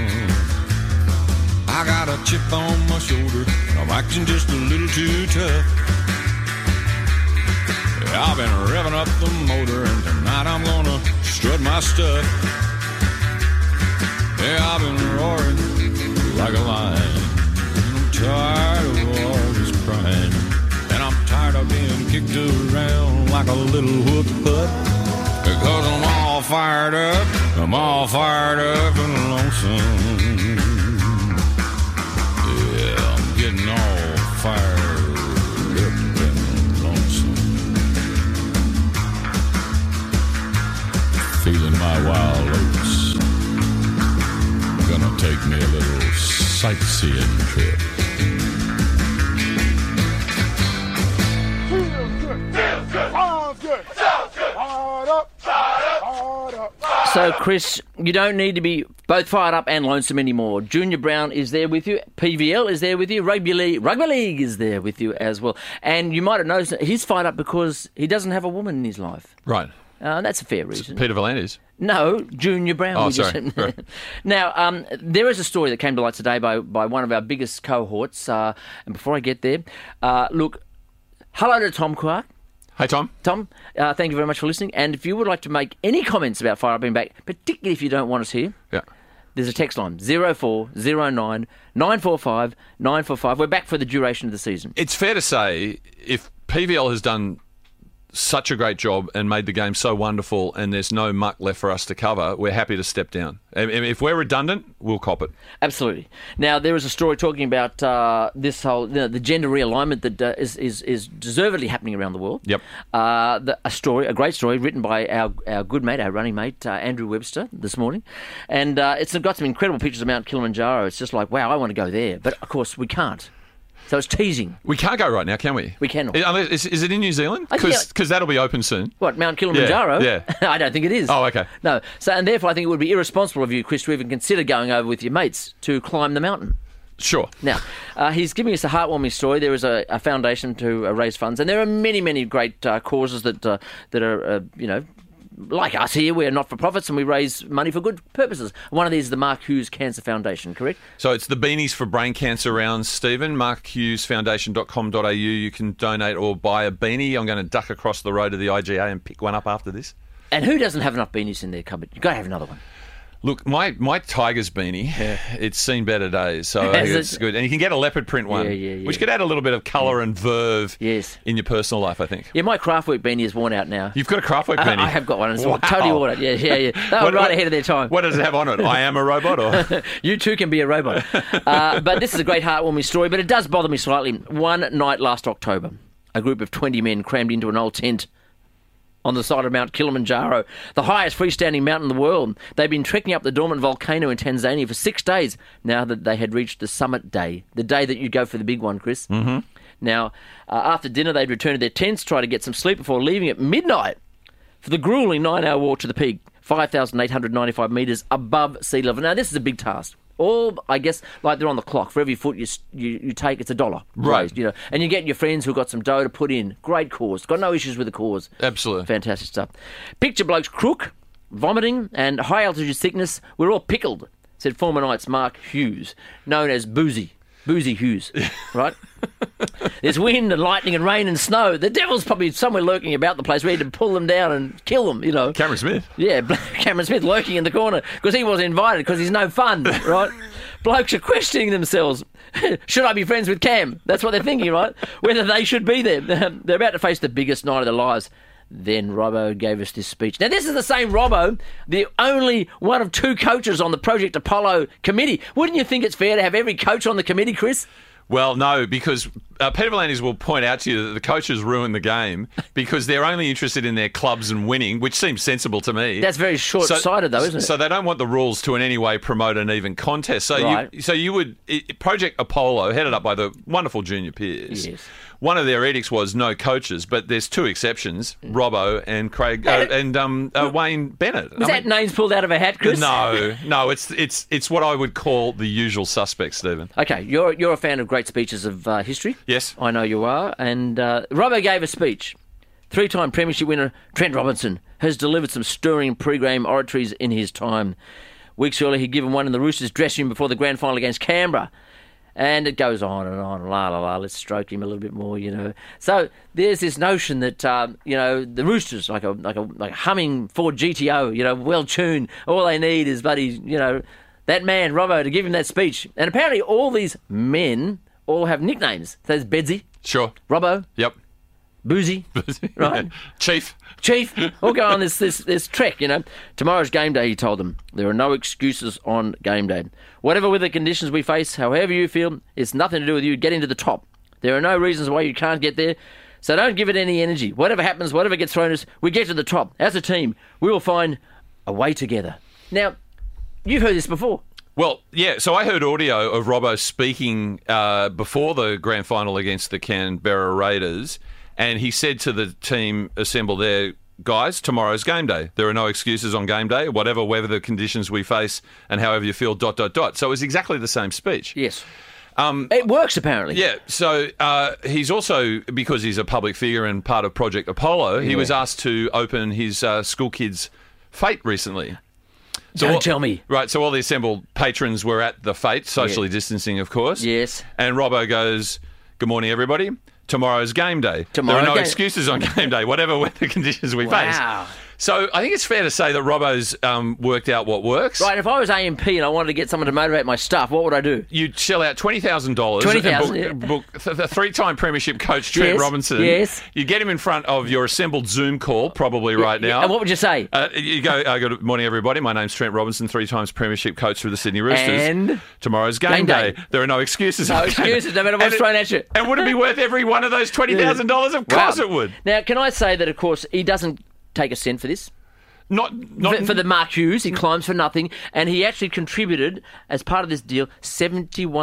S9: I got a chip on my shoulder. I'm acting just a little too tough. I've been revving up the motor, and tonight I'm gonna strut my stuff. Yeah, I've been roaring like a lion. And I'm tired of all this crying. And I'm tired of being kicked around like a little hook putt. Because I'm all fired up, I'm all fired up and lonesome. Yeah, I'm getting all fired up and lonesome. Feeling my wild oats. Gonna take me a little sightseeing trip.
S1: So, Chris, you don't need to be both fired up and lonesome anymore. Junior Brown is there with you. PVL is there with you. Rugby League, Rugby League is there with you as well. And you might have noticed that he's fired up because he doesn't have a woman in his life.
S6: Right.
S1: Uh, and that's a fair reason.
S6: Peter Volandis.
S1: No, Junior Brown.
S6: Oh,
S1: we just-
S6: sorry. Right.
S1: now, um, there is a story that came to light today by, by one of our biggest cohorts. Uh, and before I get there, uh, look, hello to Tom Quark.
S6: Hey, Tom.
S1: Tom, uh, thank you very much for listening. And if you would like to make any comments about Fire Up and Back, particularly if you don't want us here,
S6: Yeah.
S1: there's a text line 0409 945 945. We're back for the duration of the season.
S6: It's fair to say if PVL has done such a great job and made the game so wonderful and there's no muck left for us to cover, we're happy to step down. I mean, If we're redundant, we'll cop it.
S1: Absolutely. Now there is a story talking about uh, this whole you know, the gender realignment that uh, is, is is deservedly happening around the world.
S6: Yep.
S1: Uh, the, a story, a great story written by our our good mate, our running mate uh, Andrew Webster this morning, and uh, it's got some incredible pictures of Mount Kilimanjaro. It's just like wow, I want to go there, but of course we can't. So it's teasing.
S6: We can't go right now, can we?
S1: We cannot.
S6: Unless- Is, is it in New Zealand?
S1: I think-
S6: Because that'll be open soon.
S1: What Mount Kilimanjaro?
S6: yeah.
S1: I don't think it is.
S6: Oh, okay.
S1: No. So and therefore, I think it would be irresponsible of you, Chris, to even consider going over with your mates to climb the mountain.
S6: Sure.
S1: Now, uh, he's giving us a heartwarming story. There is a, a foundation to uh, raise funds, and there are many, many great uh, causes that uh, that are, uh, you know, like us here. We are not for profits, and we raise money for good purposes. One of these is the Mark Hughes Cancer Foundation, correct?
S6: So it's the Beanies for Brain Cancer round, Stephen. MarkHughesFoundation.com.au. You can donate or buy a beanie. I'm going to duck across the road to the IGA and pick one up after this.
S1: And who doesn't have enough beanies in their cupboard? You've got to have another one.
S6: Look, my, my tiger's beanie, it's seen better days, so I
S1: Has
S6: think
S1: it?
S6: it's good. And you can get a leopard print one,
S1: Yeah, yeah, yeah.
S6: which could add a little bit of colour and verve
S1: Yes.
S6: in your personal life, I think.
S1: Yeah, my craftwork beanie is worn out now.
S6: You've got a craftwork
S1: I-
S6: beanie.
S1: I have got one as well. Totally worn out. Yeah, yeah, yeah. They were
S6: What-
S1: right
S6: what-
S1: ahead of their time.
S6: What does it have on it? I am a robot, or
S1: you too can be a robot. Uh, but this is a great heartwarming story, but it does bother me slightly. One night last October, a group of 20 men crammed into an old tent on the side of Mount Kilimanjaro, the highest freestanding mountain in the world. They've been trekking up the dormant volcano in Tanzania for six days now that they had reached the summit day, the day that you go for the big one, Chris. Mm-hmm. Now, uh, after dinner, they'd return to their tents, try to get some sleep before leaving at midnight for the grueling nine hour walk to the peak, 5,895 metres above sea level. Now, this is a big task. All, I guess, like they're on the clock. For every foot you, s- you, you take, it's a dollar.
S6: Right.
S1: raised, You know, and you get your friends who've got some dough to put in. Great cause. Got no issues with the cause.
S6: Absolutely.
S1: Fantastic stuff. Picture blokes crook, vomiting, and high altitude sickness. We're all pickled, said former Knights Mark Hughes, known as Boozy. Boozy Hughes, right? There's wind and lightning and rain and snow. The devil's probably somewhere lurking about the place. We had to pull them down and kill them, you know.
S6: Cameron Smith?
S1: Yeah, Bl- Cameron Smith lurking in the corner because he wasn't invited because he's no fun, right? Blokes are questioning themselves. should I be friends with Cam? That's what they're thinking, right? Whether they should be there. they're about to face the biggest night of their lives. Then Robbo gave us this speech. Now, this is the same Robbo, the only one of two coaches on the Project Apollo committee. Wouldn't you think it's fair to have every coach on the committee, Chris?
S6: Well, no, because uh, Peter Valandis will point out to you that the coaches ruin the game because they're only interested in their clubs and winning, which seems sensible to me.
S1: That's very short-sighted, though, isn't it?
S6: So they don't want the rules to in any way promote an even contest. So you,
S1: Right.
S6: so you would i- Project Apollo, headed up by the wonderful junior peers.
S1: Yes.
S6: One of their edicts was no coaches, but there's two exceptions:
S1: Mm.
S6: Robbo and Craig uh, and um, uh, Wayne Bennett.
S1: Was
S6: I
S1: that
S6: mean-
S1: names pulled out of a hat, Chris?
S6: no, no, it's it's it's what I would call the usual suspects, Stephen.
S1: Okay, you're you're a fan of great speeches of uh, history.
S6: Yes.
S1: I know you are. And uh, Robbo gave a speech. Three-time premiership winner Trent Robinson has delivered some stirring pre-game oratories in his time. Weeks earlier, he'd given one in the Roosters' dressing room before the grand final against Canberra. And it goes on and on, la la la. Let's stroke him a little bit more, you know. So there's this notion that um, you know the Roosters, like a like a like a humming Ford GTO, you know, well tuned. All they need is buddy, you know, that man Robbo to give him that speech. And apparently, all these men all have nicknames. So there's Bedsy,
S6: Sure.
S1: Robbo,
S6: Yep.
S1: Boozy, right?
S6: Chief.
S1: Chief, we'll go on this, this, this trek, you know. Tomorrow's game day, he told them. There are no excuses on game day. Whatever weather conditions we face, however you feel, it's nothing to do with you getting to the top. There are no reasons why you can't get there, so don't give it any energy. Whatever happens, whatever gets thrown at us, we get to the top. As a team, we will find a way together. Now, you've heard this before.
S6: Well, yeah. So I heard audio of Robbo speaking uh, before the grand final against the Canberra Raiders, and he said to the team assembled there, "Guys, tomorrow's game day. There are no excuses on game day. Whatever weather the conditions we face, and however you feel, dot dot dot." So it was exactly the same speech.
S1: Yes. Um, it works, apparently.
S6: Yeah, so uh, he's also because he's a public figure and part of Project Apollo. He was asked to open his uh, school kids' fete recently. So
S1: Don't
S6: all-
S1: tell me.
S6: Right, so all the assembled patrons were at the fete, socially distancing, of course.
S1: Yes.
S6: And Robbo goes, "Good morning, everybody. Tomorrow's game day.
S1: Tomorrow
S6: there are no
S1: game-
S6: excuses on game day, whatever weather conditions we
S1: Wow.
S6: face." So I think it's fair to say that Robbo's um, worked out what works.
S1: Right, if I was AMP and I wanted to get someone to motivate my staff, what would I do?
S6: you'd shell out twenty thousand dollars.
S1: $20,000, yeah.
S6: book, th- the three-time premiership coach Trent
S1: Yes,
S6: Robinson.
S1: yes.
S6: you get him in front of your assembled Zoom call, probably right now.
S1: And what would you say?
S6: Uh, you go. Uh, good morning, everybody. My name's Trent Robinson, three times premiership coach for the Sydney Roosters.
S1: And?
S6: tomorrow's game,
S1: Game day.
S6: day. There are no excuses.
S1: No
S6: on game day.
S1: excuses, no matter what's
S6: And it-
S1: thrown at you.
S6: And would it be worth every one of those twenty thousand dollars? Of course
S1: Wow.
S6: it would.
S1: Now, can I say that, of course, he doesn't take a cent for this?
S6: Not not
S1: for, for the Mark Hughes, he climbs for nothing, and he actually contributed, as part of this deal,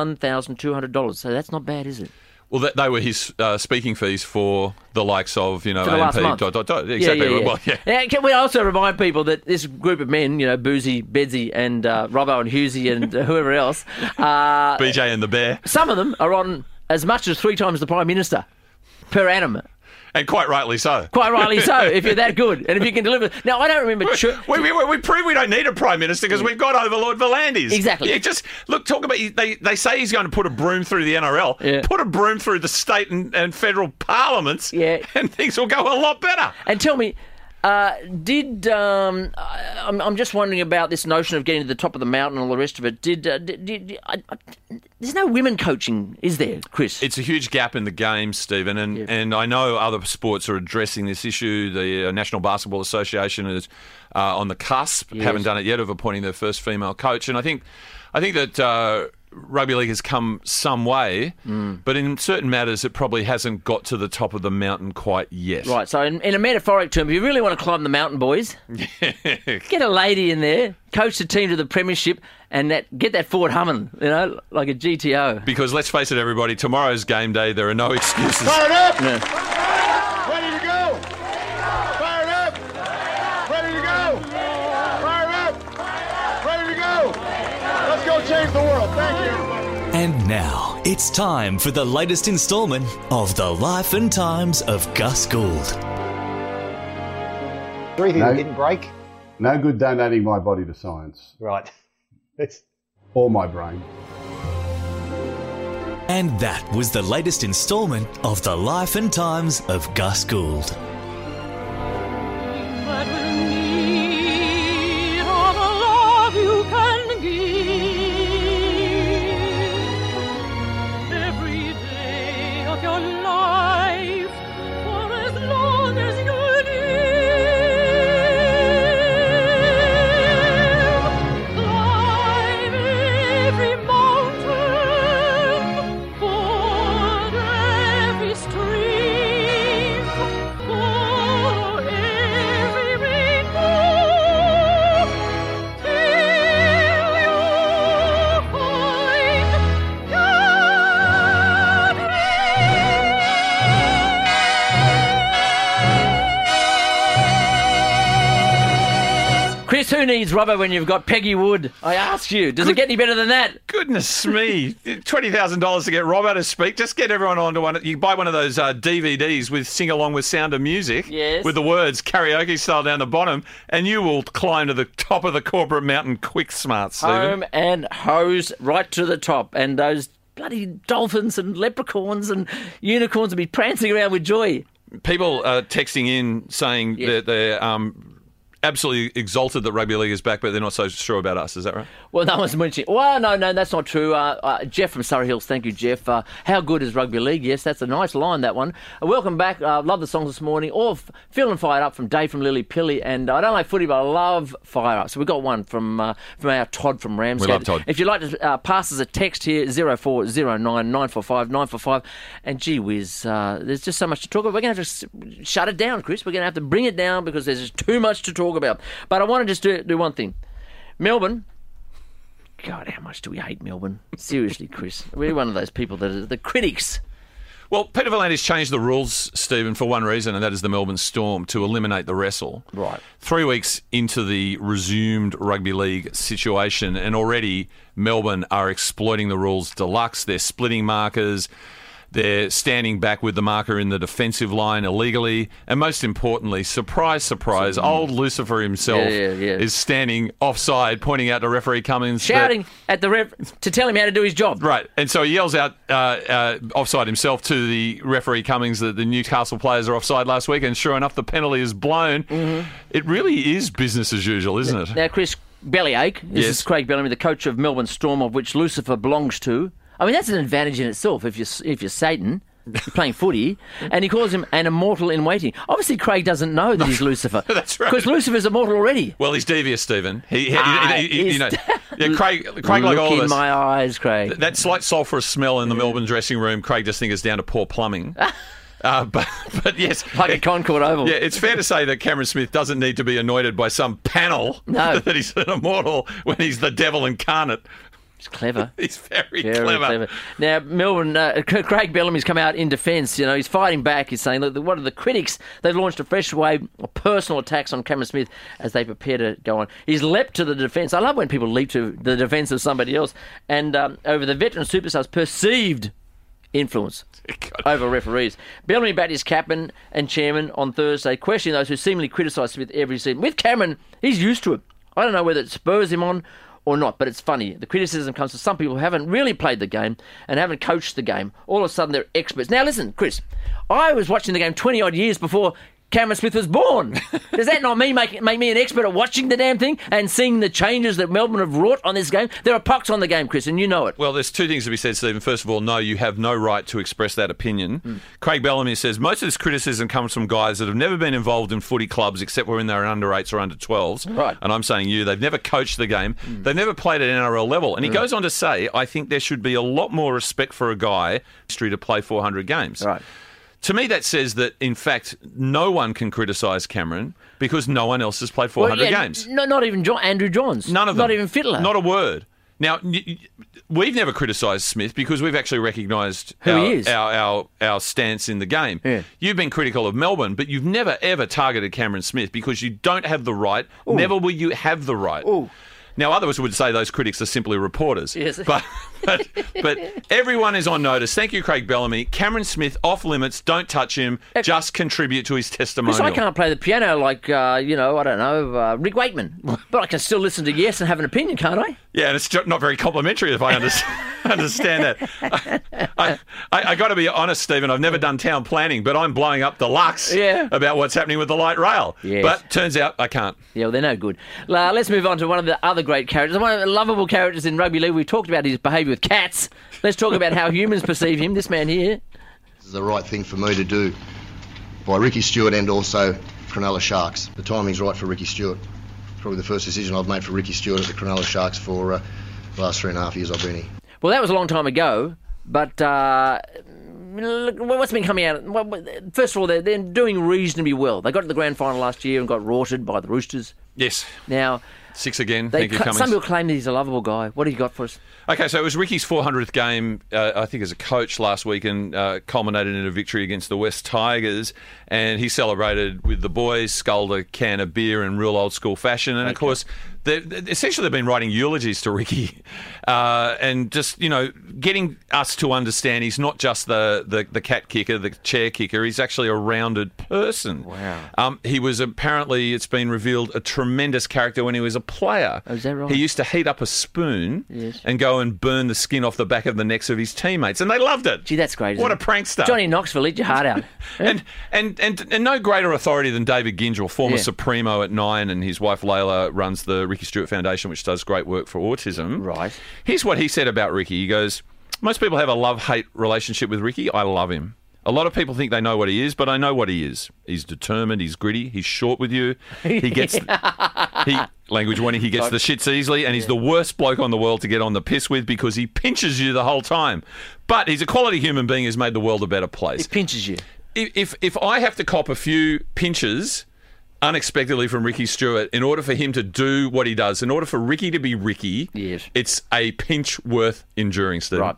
S1: $71,200. So that's not bad, is it?
S6: Well, that, they were his uh, speaking fees for the likes of you know
S1: For the last
S6: AMP
S1: month.
S6: dot dot dot. Exactly. Well, yeah.
S1: Now, can we also remind people that this group of men, you know, Boozy, Bedsy, and uh, Robbo and Hughesy and uh, whoever else, uh,
S6: BJ and the Bear,
S1: some of them are on as much as three times the Prime Minister per annum.
S6: and quite rightly so.
S1: Quite rightly so, if you're that good, and if you can deliver. Now, I don't remember.
S6: We,
S1: Chu-
S6: we, we, we prove we don't need a prime minister because we've got Overlord Volandis.
S1: Exactly.
S6: Yeah, just look, talk about they, they say he's going to put a broom through the NRL.
S1: Yeah.
S6: Put a broom through the state and, and federal parliaments.
S1: Yeah.
S6: And things will go a lot better.
S1: And tell me, Uh, did um, I- I'm, I'm just wondering about this notion of getting to the top of the mountain and all the rest of it. Did, uh, did, did I, I, there's no women coaching, is there, Chris?
S6: It's a huge gap in the game, Stephen, and, and I know other sports are addressing this issue. The uh, National Basketball Association is uh, on the cusp, haven't done it yet, of appointing their first female coach, and I think I think that. Uh, Rugby league has come some way, but in certain matters, it probably hasn't got to the top of the mountain quite yet.
S1: Right. So, in, in a metaphoric term, if you really want to climb the mountain, boys, get a lady in there, coach the team to the premiership, and that get that Ford humming, you know, like a GTO.
S6: Because let's face it, everybody, tomorrow's game day. There are no excuses.
S8: Fired up!
S1: Yeah.
S8: Ready to go! Fired up! Ready to go! Fired up! Ready to go! Let's go change the world. Thank you.
S10: And now it's time for the latest installment of The Life and Times of Gus Gould.
S11: Three things
S12: No.
S11: that didn't break.
S12: No good donating my body to science
S11: Right. It's
S12: or my brain.
S10: And that was the latest installment of The Life and Times of Gus Gould.
S1: Chris, who needs rubber when you've got Peggy Wood? I ask you, does it get any better than that?
S6: Goodness me, twenty thousand dollars to get Robbo to speak. Just get everyone onto one. You buy one of those uh, DVDs with sing along with Sound of Music,
S1: Yes.
S6: with the words karaoke style down the bottom, and you will climb to the top of the corporate mountain quick, smart Stephen.
S1: Home and hose right to the top, and those bloody dolphins and leprechauns and unicorns will be prancing around with joy.
S6: People are texting in saying
S1: Yes.
S6: that they're um, absolutely exalted that rugby league is back, but they're not so sure about us. Is that right?
S1: Well, no one's mentioning. Well, no, no, that's not true. Uh, uh, Jeff from Surrey Hills, thank you, Jeff. Uh, how good is rugby league? Yes, that's a nice line that one. Uh, welcome back. Uh, love the songs this morning. All f- feeling fired up from Dave from Lily Pilly, and I don't like footy, but I love fire up. So we got one from uh, from our Todd from Ramsgate.
S6: love Todd.
S1: If you'd like to uh, pass us a text here, zero four zero nine nine four five nine four five. And gee whiz, uh, there's just so much to talk about. We're going to have to s- shut it down, Chris. We're going to have to bring it down because there's just too much to talk about. But I want to just do, do one thing. Melbourne. God, how much do we hate Melbourne? Seriously, Chris. We're one of those people that are the critics.
S6: Well, Peter Volandi's changed the rules, Stephen, for one reason, and that is the Melbourne Storm to eliminate the wrestle.
S1: Right.
S6: Three weeks into the resumed rugby league situation, and already Melbourne are exploiting the rules deluxe. They're splitting markers, they're standing back with the marker in the defensive line illegally, and most importantly, surprise, surprise, old Lucifer himself
S1: Yeah, yeah, yeah.
S6: is standing offside, pointing out to referee Cummins. that-
S1: Shouting at the ref to tell him how to do his job.
S6: Right, and so he yells out uh, uh, offside himself to the referee Cummings that the Newcastle players are offside last week, and sure enough, the penalty is blown.
S1: Mm-hmm.
S6: It really is business as usual, isn't it?
S1: Now, Chris Bellyache, this
S6: Yes.
S1: is Craig Bellamy, the coach of Melbourne Storm, of which Lucifer belongs to. I mean, that's an advantage in itself if you're, if you're Satan. you're playing footy, and he calls him an immortal in waiting. Obviously, Craig doesn't know that he's Lucifer.
S6: That's right.
S1: Because Lucifer's immortal already.
S6: Well, he's devious, Stephen. He, he-
S1: Ah,
S6: he- he- you know,
S1: he's-
S6: yeah, Craig, Craig, like
S1: Look
S6: all of
S1: in
S6: us,
S1: my eyes, Craig.
S6: that slight sulphurous smell in the Melbourne dressing room, Craig just thinks is down to poor plumbing. uh, but, but yes,
S1: like a Concord Oval.
S6: Yeah, it's fair to say that Cameron Smith doesn't need to be anointed by some panel
S1: No.
S6: that he's an immortal when he's the devil incarnate.
S1: It's clever.
S6: He's very,
S1: Very
S6: clever.
S1: Now, Melbourne, uh, C- Craig Bellamy's come out in defence. You know, he's fighting back. He's saying, look, the- what are the critics? They've launched a fresh wave of personal attacks on Cameron Smith as they prepare to go on. He's leapt to the defence. I love when people leap to the defence of somebody else. And um, over the veteran superstars' perceived influence over referees. Bellamy backed his captain and chairman on Thursday, questioning those who seemingly criticise Smith every season. With Cameron, he's used to it. I don't know whether it spurs him on or not, but it's funny. The criticism comes from some people who haven't really played the game and haven't coached the game. All of a sudden, they're experts. Now, listen, Chris, I was watching the game 20 odd years before Cameron Smith was born. Does that not mean make, make me an expert at watching the damn thing and seeing the changes that Melbourne have wrought on this game? There are pucks on the game, Chris, and you know it.
S6: Well, there's two things to be said, Stephen. First of all, no, you have no right to express that opinion.
S1: Hmm.
S6: Craig Bellamy says most of this criticism comes from guys that have never been involved in footy clubs except when they were under eights or under 12s.
S1: Right. Hmm.
S6: And I'm saying you, they've never coached the game, they've never played at NRL level. And he goes on to say, I think there should be a lot more respect for a guy history to play 400 games. Right. To me, that says that in fact no one can criticise Cameron because no one else has played 400
S1: yeah,
S6: games.
S1: No, not even jo- Andrew Johns.
S6: None of them.
S1: Not even Fiddler.
S6: Not a word. Now, y- y- we've never criticised Smith because we've actually recognised
S1: Who
S6: our,
S1: he is.
S6: Our, our, our stance in the game.
S1: Yeah.
S6: You've been critical of Melbourne, but you've never ever targeted Cameron Smith because you don't have the right. Never will you have the right. Now, others would say those critics are simply reporters.
S1: Yes.
S6: But, but, but everyone is on notice. Thank you, Craig Bellamy. Cameron Smith, off limits, don't touch him, just contribute to his testimonial.
S1: Because I can't play the piano like, uh, you know, I don't know, uh, Rick Wakeman. But I can still listen to Yes and have an opinion, can't I?
S6: Yeah, and it's ju- not very complimentary if I understand, understand that. I, I, I got to be honest, Stephen. I've never done town planning, but I'm blowing up the lux
S1: Yeah.
S6: about what's happening with the light rail.
S1: Yes.
S6: But turns out I can't.
S1: Yeah, well, they're no good. La- let's move on to one of the other great characters, one of the lovable characters in rugby league. We've talked about his behaviour with cats. Let's talk about how humans perceive him. This man here.
S11: is the right thing for me to do by Ricky Stewart and also Cronulla Sharks. The timing's right for Ricky Stewart. Probably the first decision I've made for Ricky Stewart at the Cronulla Sharks for uh, the last three and a half years I've been here.
S1: Well, that was a long time ago, but uh, look, what's been coming out? what- what- First of all, they're, they're doing reasonably well. They got to the grand final last year and got rorted by the Roosters.
S6: Yes,
S1: Now,
S6: six again.
S1: they
S6: Thank you,
S1: cla-
S6: Cummings.
S1: some people claim that he's a lovable guy. What have you got for us?
S6: Okay, so it was Ricky's 400th game, uh, I think, as a coach last week, and uh, culminated in a victory against the West Tigers. And he celebrated with the boys, sculled a can of beer in real old school fashion. And of course, they they- essentially they've been writing eulogies to Ricky, uh, and just you know getting us to understand he's not just the, the the cat kicker, the chair kicker. He's actually a rounded person. Wow. Um, he was apparently it's been revealed a tremendous character when he was a player.
S1: Oh, is that right?
S6: He used to heat up a spoon
S1: Yes.
S6: and go and burn the skin off the back of the necks of his teammates, and they loved it.
S1: Gee, that's great. isn't
S6: What a
S1: it?
S6: prankster!
S1: Johnny Knoxville, eat your heart out.
S6: and, and and and no greater authority than David Gindrell, former
S1: Yeah.
S6: Supremo at Nine, and his wife Layla runs the Ricky Stewart Foundation, which does great work for autism.
S1: Right.
S6: Here's what he said about Ricky. He goes, "Most people have a love-hate relationship with Ricky. I love him." A lot of people think they know what he is, but I know what he is. He's determined. He's gritty. He's short with you. He gets he language warning. He gets the shits easily, and he's the worst bloke on the world to get on the piss with because he pinches you the whole time. But he's a quality human being who's made the world a better place
S1: It pinches you.
S6: if if- if I have to cop a few pinches unexpectedly from Ricky Stewart in order for him to do what he does, in order for Ricky to be Ricky,
S1: Yes.
S6: it's a pinch worth enduring, Steve.
S1: Right.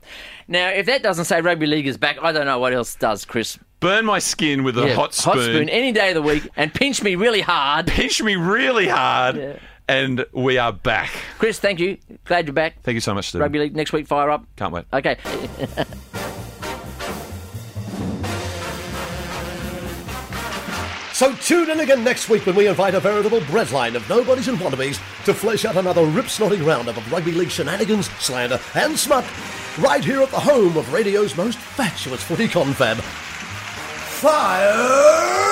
S1: Now, if that doesn't say rugby league is back, I don't know what else does, Chris.
S6: Burn my skin with a
S1: Yeah,
S6: hot spoon.
S1: any day of the week and pinch me really hard.
S6: pinch me really hard, and we are back.
S1: Chris, thank you. Glad you're back.
S6: Thank you so much, Steve.
S1: Rugby league next week, fire up.
S6: Can't wait.
S1: Okay.
S2: So tune in again next week when we invite a veritable breadline of nobodies and wannabes to flesh out another rip-snorting roundup of rugby league shenanigans, slander and smut right here at the home of radio's most fatuous footy confab. Fire!